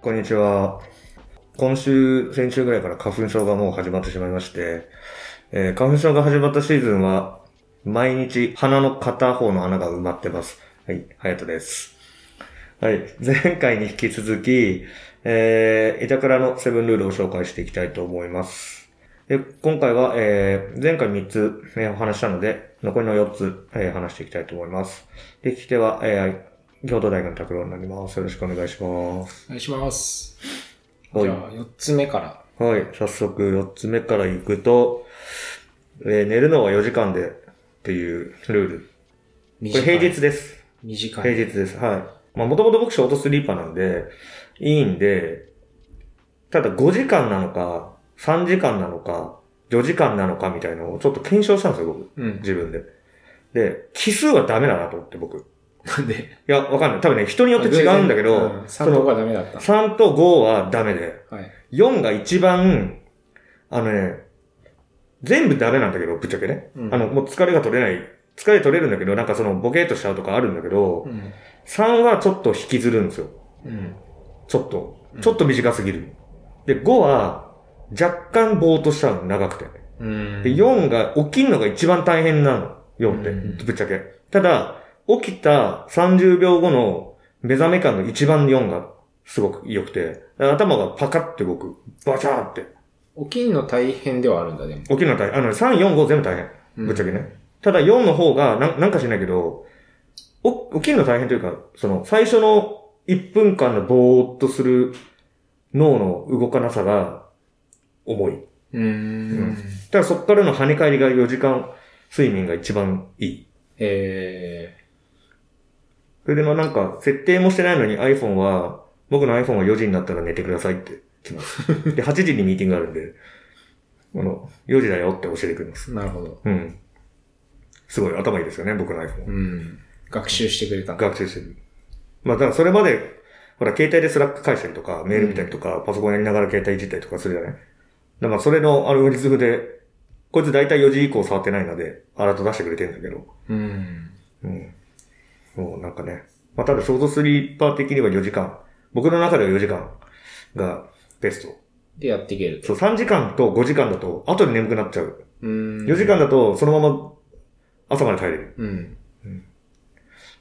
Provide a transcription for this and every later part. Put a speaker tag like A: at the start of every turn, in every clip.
A: こんにちは。今週、先週ぐらいから花粉症がもう始まってしまいまして、えー花粉症が始まったシーズンは、毎日鼻の片方の穴が埋まってます。はい、ハヤトです。はい、前回に引き続き、えー、板倉のセブンルールを紹介していきたいと思います。で今回は、えー、前回3つ、ね、お話ししたので、残りの4つ、えー話していきたいと思います。で、聞き手は、えー、京都大学の拓郎になります。よろしくお願いします。
B: お願いします。
A: はい
B: じゃあ、4つ目から。
A: はい。早速、4つ目から行くと、えー寝るのは4時間でっていうルール。これ平日です。
B: 短
A: 平
B: い。
A: 日です。はい。まあ、もともと僕ショートスリーパーなんで、いいんで、ただ5時間なのか、3時間なのか、4時間なのかみたいなのをちょっと検証したんですよ、僕。
B: うん。
A: 自分で。で、奇数はダメだなと思って、僕。い
B: なんで
A: や、わかんない。多分ね、人によって違うんだけど、
B: 3
A: そ
B: と
A: の
B: かダメだった。
A: 3と5はダメで。
B: はい。
A: 4が一番、あのね、全部ダメなんだけど、ぶっちゃけね。
B: うん
A: あの、もう疲れが取れない。疲れ取れるんだけど、なんかそのボケーっとしちゃうとかあるんだけど、
B: うん。
A: 3はちょっと引きずるんですよ。
B: うん。
A: ちょっと
B: う。ん
A: ちょっと短すぎる。で、5は若干ぼーっとしちゃうの、長くて。
B: うん。
A: で、4が起きるのが一番大変なの。4って、
B: うん
A: ぶっちゃけ。ただ、起きた30秒後の目覚め感の一番4がすごく良くて、頭がパカって動く。バチャーって。
B: 起きんの大変ではあるんだ、でも。
A: 起きるの大変。あの、3、4、5全部大変。ぶっちゃけね。ただ4の方が、なんなんかしないけど、お起きるの大変というか、その、最初の1分間のぼーっとする脳の動かなさが重い。
B: うん。うん。
A: ただそっからの跳ね返りが4時間睡眠が一番いい。
B: え
A: それでまあなんか、設定もしてないのに iPhone は、僕の iPhone は4時になったら寝てくださいって来ます。で、8時にミーティングがあるんで、あの、4時だよって教えてくれます。
B: ー、なるほど。
A: うん。すごい頭いいですよね、僕の iPhone。
B: うん。学習してくれた。
A: 学習してる。まあ、だからそれまで、ほら、携帯でスラック返したりとか、メール見たりとか、パソコンやりながら携帯いじったりとかするじゃないだからまあ、それのアルゴリズムで、こいつ大体4時以降触ってないので、アラート出してくれてるんだけど。
B: うん。
A: うん。もうなんかね。まあ、ただ、ショートスリーパー的には4時間。僕の中では4時間がベスト。
B: で、やっていける
A: そ
B: と。
A: う、3時間と5時間だと、後で眠くなっちゃう。
B: うん。
A: 4時間だと、そのまま、朝まで帰れる。
B: うん。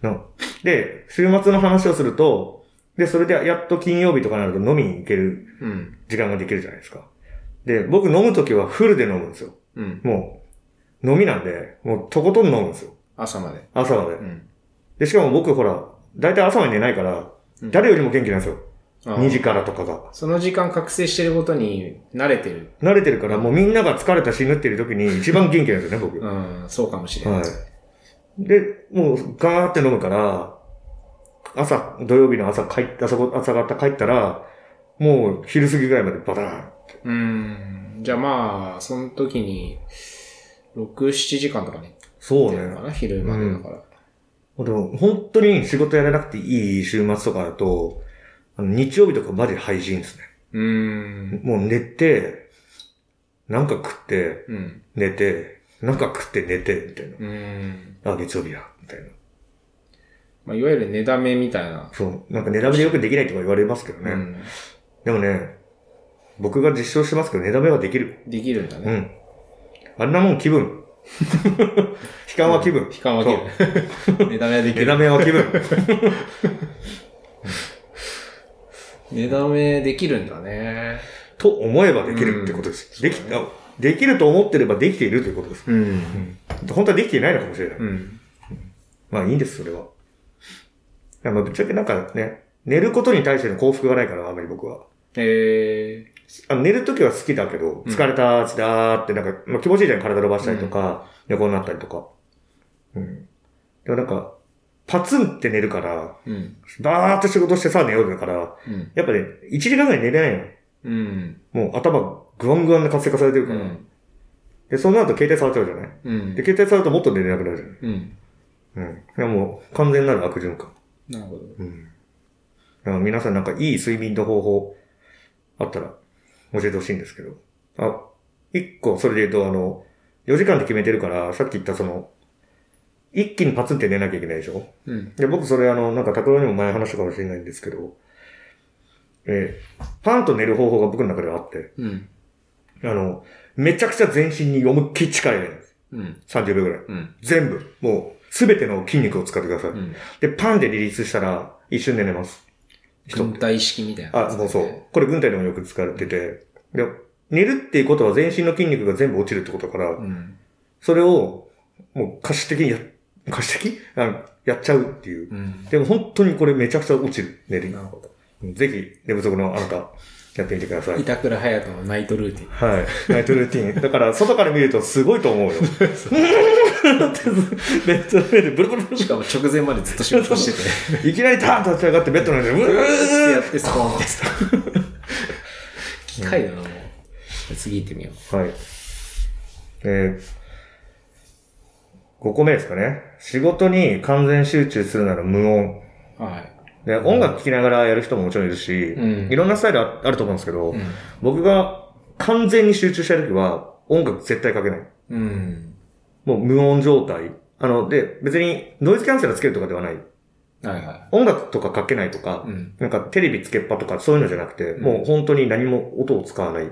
A: の。で、週末の話をすると、で、それでやっと金曜日とかになると飲みに行ける
B: うん。
A: 時間ができるじゃないですか。で、僕飲むときはフルで飲むんですよ。
B: うん。
A: もう、飲みなんで、もうとことん飲むんですよ。
B: 朝まで。
A: 朝まで
B: う。ん。
A: で、しかも僕ほら、だいたい朝まで寝ないから、
B: うん
A: 誰よりも元気なんですよ。
B: あー
A: 2時からとかが。
B: その時間覚醒してることに慣れてる。
A: 慣れてるから、もうみんなが疲れた死ぬってる時に一番元気なんですよね、僕。
B: うん。そうかもしれない。
A: はい。で、もうガーって飲むから、朝、土曜日の朝帰っ朝ご、朝方帰ったら、もう昼過ぎぐらいまでバターン。
B: うーん。じゃあまあ、その時に、6、7時間とかね。
A: そ
B: 寝てるのか。な昼までだから。
A: でも、本当に仕事やらなくていい週末とかだと、あの日曜日とかマジ廃人ですね。
B: うーん。
A: もう寝て、なんか食って、
B: うん。
A: 寝て、なんか食って寝て、みたいう
B: ーん。
A: な。あ、月曜日だ、みたいな。
B: まあ、いわゆる寝だめみたいな。
A: そう。なんか寝だめでよくできないとか言われますけどね。
B: うん。
A: でもね、僕が実証してますけど、寝だめはできる。
B: できるんだ
A: う
B: ね。
A: ん。あんなもん 気分。悲観は気分。
B: 悲観はでき る。寝だめはでき
A: 目
B: る。
A: 覚めは気分。
B: 寝だめできるんだね。
A: と思えばできるってことです。
B: うん
A: でき、あできると思ってればできているということです。
B: うん。
A: 本当はできていないのかもしれない。
B: うん。
A: まあいいんです、それは。いやまあぶっちゃけなんかね、寝ることに対しての幸福がないから、あまり僕は。
B: え
A: あの寝るときは好きだけど、
B: うん
A: 疲れたーつだーって、なんか、まあ、気持ちいいじゃん、体伸ばしたりとか、横になったりとか。うん。でもなんか、パツンって寝るから、
B: ー。うん。
A: バーっと仕事してさ、寝ようだから、
B: うん。
A: やっぱね、1時間ぐらい寝れないの。
B: うん。
A: もう頭グワングワンで活性化されてる
B: う
A: から。
B: ん。
A: で、その後携帯触っちゃうじゃない
B: うん
A: で、。携帯触るともっと寝れなくなるじゃ
B: うん。
A: ないうん。いやもう完全なる悪循環。
B: なるほど。
A: うん。だから皆さんなんかいい睡眠の方法あったら教えてほしいんですけど。あ、一個それで言うとあの、4時間で決めてるから、さっき言ったその、一気にパツンって寝なきゃいけないでしょ
B: うん。
A: で、僕それあの、なんか拓郎にも前話したかもしれないんですけど、えーパンと寝る方法が僕の中ではあって、
B: うん。
A: あの、めちゃくちゃ全身に思いっきり力入れるんです。
B: うん。
A: 30秒ぐらい。
B: うん。
A: 全部。もう、すべての筋肉を使ってください。
B: うん。
A: で、パンでリリースしたら、一瞬で寝ます。人っ
B: 軍
A: て。
B: 隊意識みたいな
A: あ、
B: 感じ
A: そ
B: で
A: うそう。これ軍隊でもよく使われてて。で、寝るっていうことは全身の筋肉が全部落ちるってことだから、
B: うん。
A: それを、もう可視的にや、可視的あの、やっちゃうっていう。
B: うん。
A: でも本当にこれめちゃくちゃ落ちる。寝る
B: な。るほど。
A: ぜひ、寝不足のあなた、やってみてください。
B: 板倉隼人のナイトルーティン。
A: はい。ナイトルーティ ーン。だから、外から見るとすごいと思うよ。ベッドの上でブルブルブル
B: しかも直前までずっと仕事して て、
A: いきなりターンと立ち上がってベッドの上で、う
B: ってや
A: ー
B: ってそこを持ってた。機械だな、もう。次行ってみよ
A: はい。え5個目ですかね。仕事に完全集中するなら無音。
B: う。はい。
A: で音楽聴きながらやる人ももちろんいるし、
B: うん
A: いろんなスタイルああると思うんですけど、
B: うん。
A: 僕が完全に集中したい時は、音楽絶対かけない。
B: うん。
A: もう無音状態。あの、で、別にノイズキャンセラーつけるとかではない。
B: はいは
A: 音楽とかかけないとか
B: い。、うん。
A: なんかテレビつけっぱとかそういうのじゃなくて、
B: ん
A: もう本当に何も音を使わない。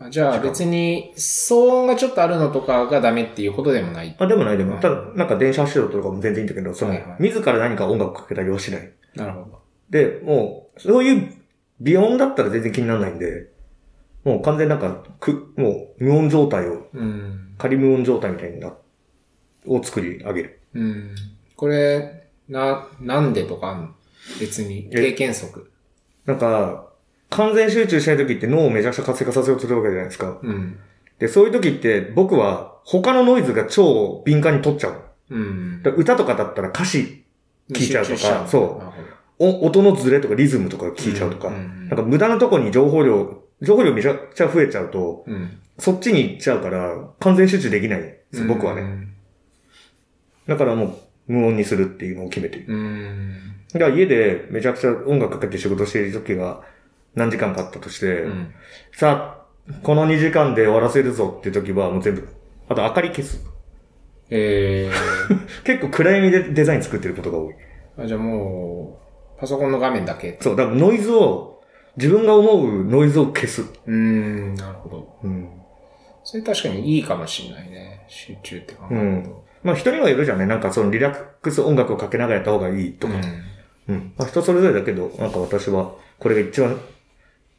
B: あじゃあ別に、騒音がちょっとあるのとかがダメっていうことでもない。
A: あ、でもないでも、
B: はい
A: ただ、なんか電車走る音とかも全然いいんだけど、その、
B: はいはい
A: 自ら何か音楽かけたりはしない。
B: なるほど。
A: で、もう、そういう、微音だったら全然気にならないんで、もう完全になんか、く、もう、無音状態を、
B: うん。
A: 仮無音状態みたいな、を作り上げる。
B: うん。これ、な、なんでとかあんの別に。
A: え
B: 経験則。
A: なんか、完全集中したい時って脳をめちゃくちゃ活性化させようとするわけじゃないですか。
B: うん。
A: で、そういう時って僕は他のノイズが超敏感に取っちゃう。
B: うん
A: だ。から歌とかだったら歌詞聞いちゃうとか
B: 集中しの
A: そう
B: なるほど
A: お音のズレとかリズムとか聞いちゃうとか、
B: んん
A: なんか無駄なとこに情報量、情報量めちゃくちゃ増えちゃうと、
B: うん
A: そっちに行っちゃうから、完全集中できないです。僕は
B: う
A: ね。
B: ん
A: だからもう、無音にするっていうのを決めてる。
B: うん。
A: だから家でめちゃくちゃ音楽かけて仕事している時が何時間かあったとして、
B: うん。
A: さあ、この2時間で終わらせるぞっていう時はもう全部、あと明かり消す。
B: え
A: 結構暗闇でデザイン作ってることが多い。
B: ー、あじゃあもう、パソコンの画面だけ。
A: そう、だからノイズを、自分が思うノイズを消す。
B: うーん、なるほど。
A: うん。
B: それ確かにいいかもしれないね。集中って考えると。
A: まあ人にはよるじゃんね。なんかそのリラックス音楽をかけながらやった方がいいと
B: う
A: か。
B: ん
A: うん。まあ人それぞれだけど、なんか私は、これが一番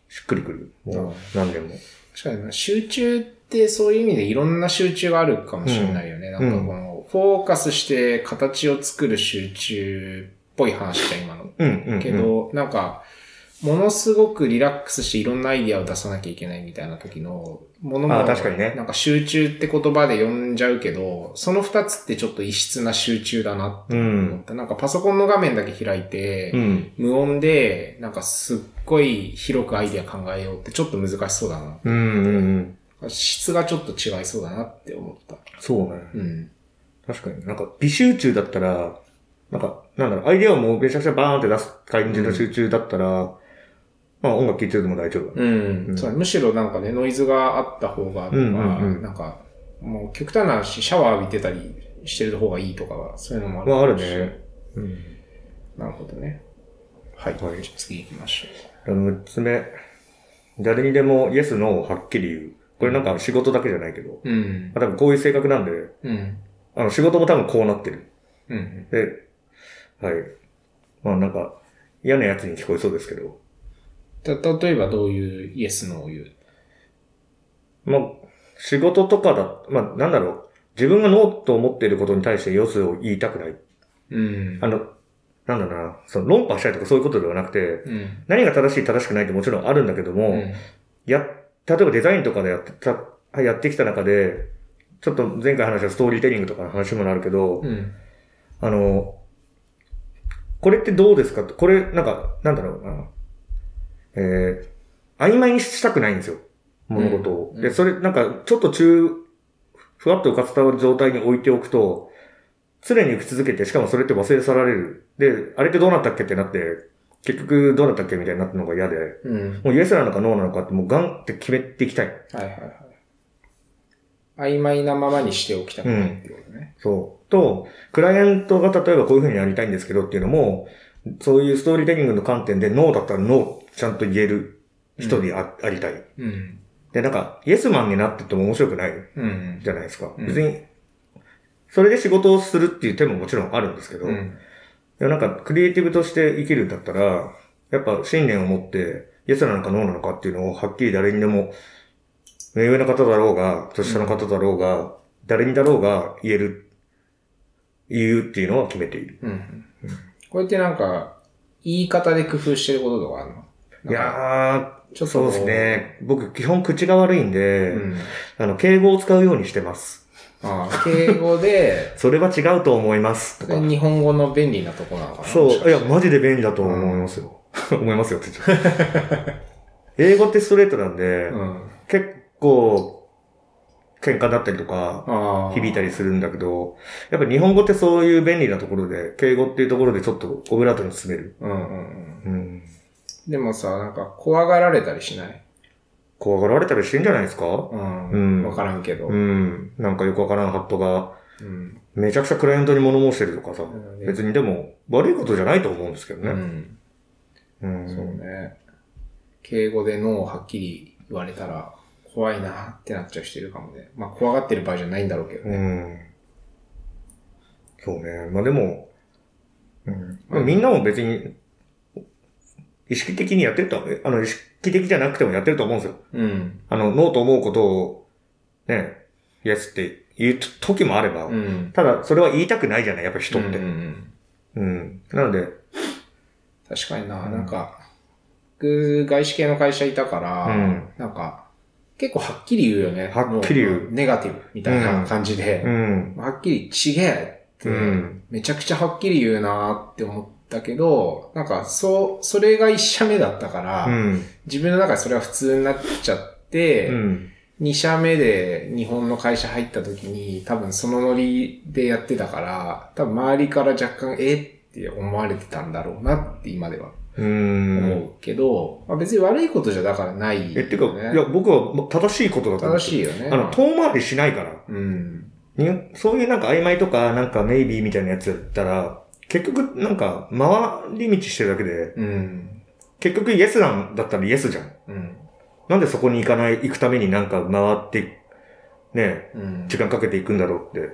A: しっくりくる。
B: う
A: も
B: ん
A: う何でも。
B: 確かにな集中ってそういう意味でいろんな集中があるかもしれないよね。
A: ん
B: なんかこの、フォーカスして形を作る集中っぽい話だ、今の。
A: うん、うん。
B: けど、なんか、ものすごくリラックスしていろんなアイディアを出さなきゃいけないみたいな時のものも、
A: あ確かにね
B: なんか集中って言葉で呼んじゃうけど、その二つってちょっと異質な集中だなって
A: う
B: 思っ
A: ん。
B: た。なんかパソコンの画面だけ開いて、
A: うん。
B: 無音で、なんかすっごい広くアイディア考えようってちょっと難しそうだな。
A: うん、うん、うん。
B: 質がちょっと違いそうだなって思った。
A: そうね。
B: うん。
A: 確かに。なんか、微集中だったら、なんか、なんだろう、アイデアをもうめちゃくちゃバーンって出す感じの集中だったら、まあ音楽聴いてても大丈夫。
B: うん
A: うん
B: そうむしろなんかね、ノイズがあった方がとか、
A: うんうんうん
B: なんか、もう極端な話、シャワー浴びてたりしてる方がいいとかは、そういうのもある。
A: まああるね。。うん。
B: なるほどね。はい。
A: はい
B: じゃあ次行きましょ
A: 6つ目。誰にでもイエス、ノーをはっきり言う。これなんか仕事だけじゃないけど。
B: う。うん
A: ま。あ多分こういう性格なんで、
B: うん。
A: あの仕事も多分こうなってる。
B: うん。
A: で、はい。まあなんか嫌なやつに聞こえそうですけど。
B: た、例えばどういうイエスのを言う
A: まあ仕事とかだ、まあなんだろう。自分がノーと思っていることに対してイエスを言いたくない。
B: うん
A: あ。の、なんだろうな、その論破したいとかそういうことではなくて、
B: うん。
A: 何が正しい正しくないってもちろんあるんだけども、
B: うん
A: や、例えばデザインとかでやってた、やってきた中で、ちょっと前回話したストーリーテリングとかの話もなるけど、
B: うん。
A: あの、これってどうですかとこれ、なんか、なんだろうな。えー、曖昧にしたくないんですよ。物事を。
B: うんうん
A: で、それ、なんか、ちょっと中、ふわっと浮かせた状態に置いておくと、常に浮き続けて、しかもそれって忘れ去られる。で、あれってどうなったっけってなって、結局どうなったっけみたいになったのが嫌で、
B: うん。
A: もうイエスなのかノーなのかってもうガンって決めていきたい。
B: はいはいはい。曖昧なままにしておきたくないってことね。
A: そう。と、クライアントが例えばこういうふうにやりたいんですけどっていうのも、そういうストーリーテリングの観点でノーだったらノーちゃんと言える人にあ,、ありたい。
B: うん。
A: で、なんか、イエスマンになってても面白くない
B: うん。
A: じゃないですか。
B: うん
A: 別に、それで仕事をするっていう手ももちろんあるんですけど、
B: う
A: で
B: ん。
A: もなんか、クリエイティブとして生きるんだったら、やっぱ信念を持って、イエスなのかノーなのかっていうのをはっきり誰にでも、目上の方だろうが、年下の方だろうが、誰にだろうが言える、言うっていうのは決めている。
B: うん。これってなんか、言い方で工夫してることとかあるの
A: いや
B: ちょ
A: ー、
B: っと
A: そう
B: こ
A: です。ね。僕、基本口が悪いんで、
B: うん。
A: あの、敬語を使うようにしてます。
B: ああ、敬語 で、
A: それは違うと思います。と
B: そ
A: か
B: れ。日本語の便利なとこなのかなもし
A: そう。
B: か
A: い
B: し
A: や、
B: て
A: マジで便利だと思いますよ。思いますよって言っちゃう英語ってストレートなんで、
B: うん。
A: 結構、喧嘩だったりとか、
B: ああ。
A: 響いたりするんだけど、やっぱ日本語ってそういう便利なところで、敬語っていうところでちょっとオブラートに進める。
B: うんうんうん。
A: うん。
B: でもさ、なんか怖がられたりしない
A: 怖がられたりしてんじゃないですか
B: うん。
A: うん
B: わからんけど。
A: うん。なんかよくわからんハットが、
B: うん。
A: めちゃくちゃクライアントに物申してるとかさ、
B: うん
A: 別にでも悪いことじゃないと思うんですけど
B: う
A: ね。
B: ん。
A: うん。
B: そうね。敬語でノーをはっきり言われたら、怖いなってなっちゃう人いるかもね。まあ、怖がってる場合じゃないんだろうけど
A: う
B: ね。
A: ん。そうね。まあでも、うん。まあ
B: うん
A: みんなも別に、意識的にやってるとは、えあの、意識的じゃなくてもやってると思うんですよ。
B: うん。
A: あの、ノーと思うことを、ね、イエスって言う時もあれば、
B: うん。
A: ただ、それは言いたくないじゃないやっぱ人って。
B: う
A: うん。
B: うんん
A: なので、
B: 確かにな、
A: うん
B: なんか、僕外資系の会社いたから、
A: うん
B: なんか、結構はっきり言うよね。
A: はっきり言う
B: もネガティブみたいな感じで、
A: うん。
B: はっきりちげえって、
A: うん
B: めちゃくちゃはっきり言うなって思ったけど、なんか、そう、それが一社目だったから、
A: うん。
B: 自分の中でそれは普通になっちゃって、
A: うん。
B: 2社目で日本の会社入った時に、多分そのノリでやってたから、多分周りから若干、えって思われてたんだろうなって今では
A: うん。
B: 思うけど、まあ、別に悪いことじゃだからない、
A: え、ってか、いや、僕はま正しいことだと思
B: 正
A: ってる
B: しいよね。
A: あの、遠回りしないから。
B: うん。
A: にそういうなんか曖昧とか、なんかメイビーみたいなやつだったら、結局なんか回り道してるだけで、
B: うん。
A: 結局イエスなんだったらイエスじゃん。
B: うん。
A: なんでそこに行かない、行くためになんか回って、ね、
B: うん。
A: 時間かけていくんだろうって、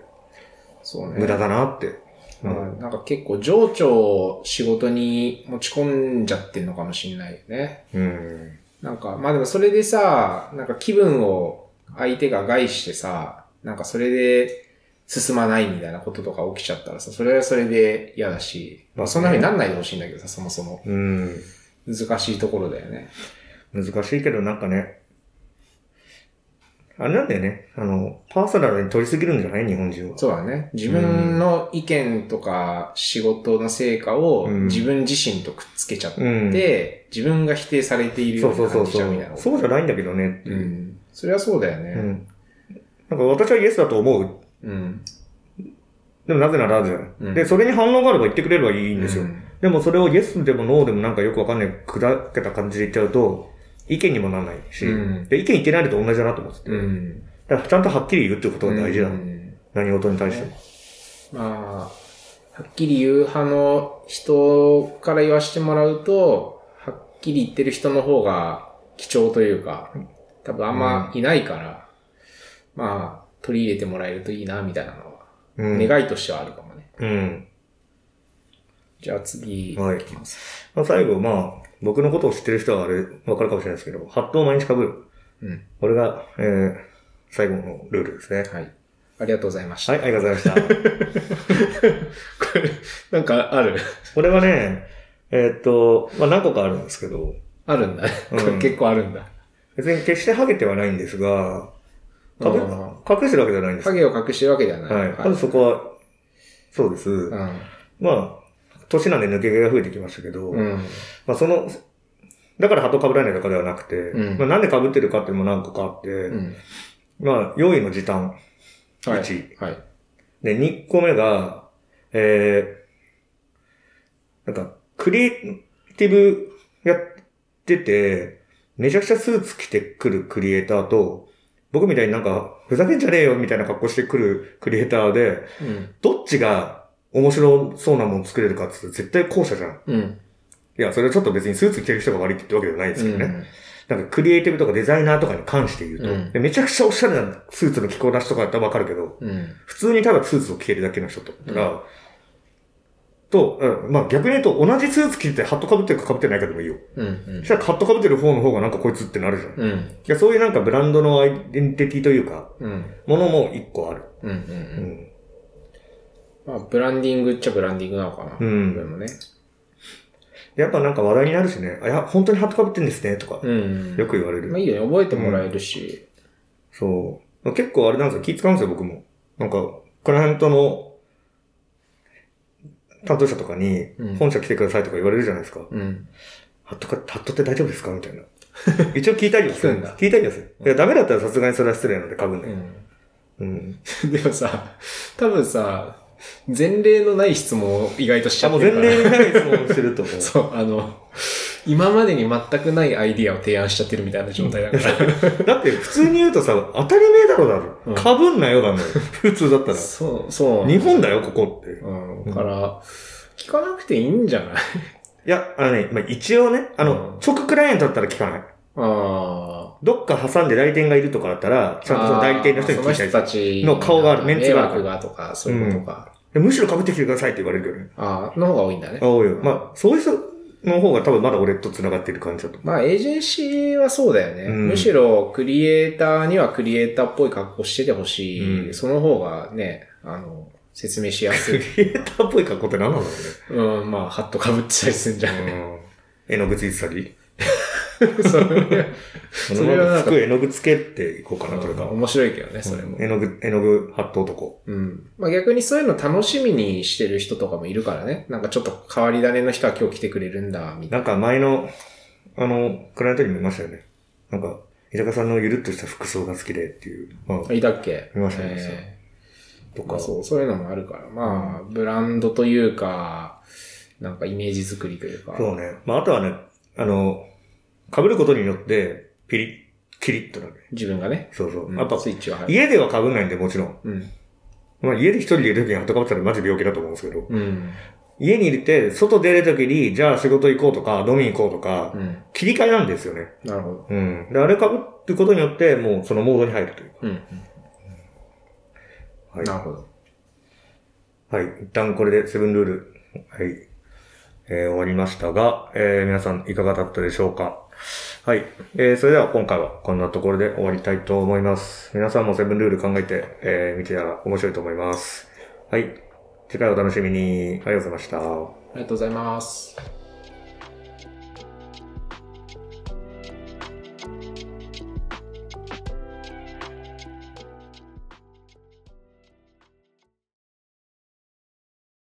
B: そうね。
A: 無駄だなって。う
B: うんん。なんか結構情緒を仕事に持ち込んじゃってんのかもしれないよね。
A: うん。
B: なんか、まあでもそれでさ、なんか気分を相手が害してさ、なんかそれで進まないみたいなこととか起きちゃったらさ、それはそれで嫌だし、まあそんな風になんないでほしいんだけどさ、そもそも。
A: うん。
B: 難しいところだよね。
A: 難しいけどなんかね、あれなんだよね。あの、パーソナルに取りすぎるんじゃない日本人は。
B: そうだね。自分の意見とか仕事の成果を
A: うん
B: 自分自身とくっつけちゃって、
A: うん
B: 自分が否定されている
A: そう
B: よう
A: そ
B: な
A: うそ
B: 感
A: う
B: じち
A: そ
B: ゃうみたいな
A: う。。そうじゃないんだけどねって
B: う
A: いう。
B: ん。それはそうだよ
A: う
B: ね。
A: ん。なんか私はイエスだと思う
B: うん。
A: でもなぜならじゃない、
B: うん
A: で、それに反応があれば言ってくれればいいんですよ。
B: うん
A: でもそれをイエスでもノーでもなんかよくわかんない砕けた感じで言っちゃうと、意見にもならないし、
B: うん
A: で、意見言ってないのと同じだなと思ってて、
B: うん。
A: だからちゃんとはっきり言うってことが大事だ、
B: うん
A: 何事に対しても。
B: まあ、はっきり言う派の人から言わせてもらうと、はっきり言ってる人の方が貴重というか、多分あんまいないから、まあ、取り入れてもらえるといいな、みたいなのは、
A: うん。
B: 願いとしてはあるかもね。
A: うん。
B: じゃあ次、
A: はい
B: きます。
A: まあ、最後、まあ、僕のことを知ってる人はあれ、わかるかもしれないですけど、ハットを毎日被る。
B: うん。
A: これが、えー、最後のルールですね。
B: はい。ありがとうございました。
A: はい、ありがとうございました。
B: これ、 なんかある
A: これはね、えーっと、まあ何個かあるんですけど、
B: あるんだね。これ
A: うん
B: 結構あるんだ。
A: 別に決してハゲてはないんですが、隠
B: うん
A: 隠してるわけじゃないんです。
B: 影を隠してるわけではない。
A: はい。まずそこは、そうです。
B: う
A: まあ、年なんで抜け毛が増えてきましたけど、
B: ん。うん。
A: まあその、だから鳩被らないとかではなくて、
B: うん
A: まあなんで被ってるかっていうのも何個かあって、
B: うん。
A: まあ、用意の時短。
B: はい。
A: 一
B: はい。
A: で、2個目が、えー、なんか、クリエイティブやってて、めちゃくちゃスーツ着てくるクリエイターと、僕みたいになんか、ふざけんじゃねえよみたいな格好してくるクリエイターで、
B: うん。
A: どっちが面白そうなもの作れるかって言ったら絶対後者じゃん。
B: うん。
A: いいや、それはちょっと別にスーツ着てる人が悪いって言ってるわけじゃないですけどね。
B: うん
A: なんかクリエイティブとかデザイナーとかに関して言うと、
B: うん
A: でめちゃくちゃおしゃれなスーツの着こなしとかだったらわかるけど、
B: うん。
A: 普通にただスーツを着てるだけの人とかだったら、と、うん、まあ逆に言うと同じスーツ着ててハット被ってるか被ってないかでもいいよ。
B: うん。
A: そしたらハット被ってる方の方がなんかこいつってなるじゃん。い
B: うん。うん。
A: やそういうなんかブランドのアイデンティティというか、
B: うん。
A: ものも一個ある。
B: うん。う。
A: うんん。
B: まあ、ブランディングっちゃブランディングなのかな。
A: うん
B: これもね。
A: やっぱなんか話題になるしね、あ、いや、本当にハット被ってんですね、とか、
B: うん。
A: よく言われる。
B: まあいいよね。覚えてもらえるし。
A: そう。まあ結構あれなんですよ。気使うんですよ、僕も。なんか、クライアントの担当者とかに
B: うん、
A: 本社来てくださいとか言われるじゃないですか。
B: うん。
A: ハットか、ハットって大丈夫ですかみたいな。一応聞いたりはする
B: 聞くんだ
A: 聞いたりはする。いや、ダメだったらさすがにそれは失礼なので、かぶん
B: う
A: ない。
B: ん。
A: うん。
B: でもさ、多分さ、前例のない質問を意外としち
A: あ、
B: ゃ
A: も
B: っ
A: う
B: てる
A: 前
B: から。
A: 例にない質問をしてると思う。
B: そう、あの、今までに全くないアイディアを提案しちゃってるみたいな状態だから。
A: だって、普通に言うとさ、当たり前だろだ
B: う
A: ろ。
B: ん
A: かぶんな よだね。普通だ ったら。
B: そう、そう。
A: 日本だよ、ここって。
B: うん。だから、聞かなくていいんじゃない
A: いや、あのね、まあ、一応ね、あ
B: うん
A: の、直クライアントだったら聞かない。
B: ああ。
A: どっか挟んで代理店がいるとかだったら、ちゃんとその代理店の人に聞い
B: あーそ
A: た
B: の
A: り
B: 人たち
A: の顔があるメンツがある
B: 迷惑がとか、そういうことか。
A: でむしろ被ってきてくださいって言われるよね。
B: ああ、の方が多いんだね。
A: あ、おいよ。まあ、そういう人の方が多分まだ俺と繋がってる感じだと。
B: まあ、エージェンシーはそうだよね。
A: うん
B: むしろ、クリエイターにはクリエイターっぽい格好しててほしい。
A: うん
B: その方がね、あの、説明しやす
A: ク リ。
B: い
A: エイターっぽい格好って何なんだろ
B: うん、まあ、ハット被ってたりするんじゃ
A: う
B: ない
A: ね。うん。絵の具ついてたり。
B: そういう
A: そ
B: れ
A: の
B: はなんか
A: まま服絵の具つけていこうかな、これから。
B: 面白いけどね、それも。
A: 絵の具、絵の具ハット男。
B: うん。まあ逆にそういうの楽しみにしてる人とかもいるからね。なんかちょっと変わり種の人は今日来てくれるんだ、みた
A: な
B: い
A: んか前の、あの、クライアントにもいましたよね。なんか、伊坂さんのゆるっとした服装が好きでっていう。まあ、
B: な。いたっけ
A: いましたいました
B: え
A: と
B: ーま
A: か
B: あ。そう、そういうのもあるから。まあ、ブランドというか、なんかイメージ作りというか。
A: そうね。まあ、あとはね、あの、被ることによって、ピリッ、キリッとなる。
B: 自分がね。
A: そうそう。
B: うん
A: やっぱ、
B: スイッチは入る。
A: 家では被んないんで、もちろん。
B: うん。
A: まあ、家で一人でいる時にハット被ってたらマジ病気だと思うんですけど。
B: うん。
A: 家にいて、外出る時に、じゃあ仕事行こうとか、飲み行こうとか
B: う、ん。
A: 切り替えなんですよね。
B: なるほど。
A: うん。で、あれ被ることによって、もうそのモードに入るという
B: うん。
A: か。はい
B: なる。ほど。
A: はい。一旦これでセブンルール、はい。えー終わりましたが、えー皆さんいかがだったでしょうかはい。えーそれでは今回はこんなところで終わりたいと思います。皆さんもセブンルール考えて、えー見てたら面白いと思います。はい。次回お楽しみに。ありがとうございました。
B: ありがとうございます。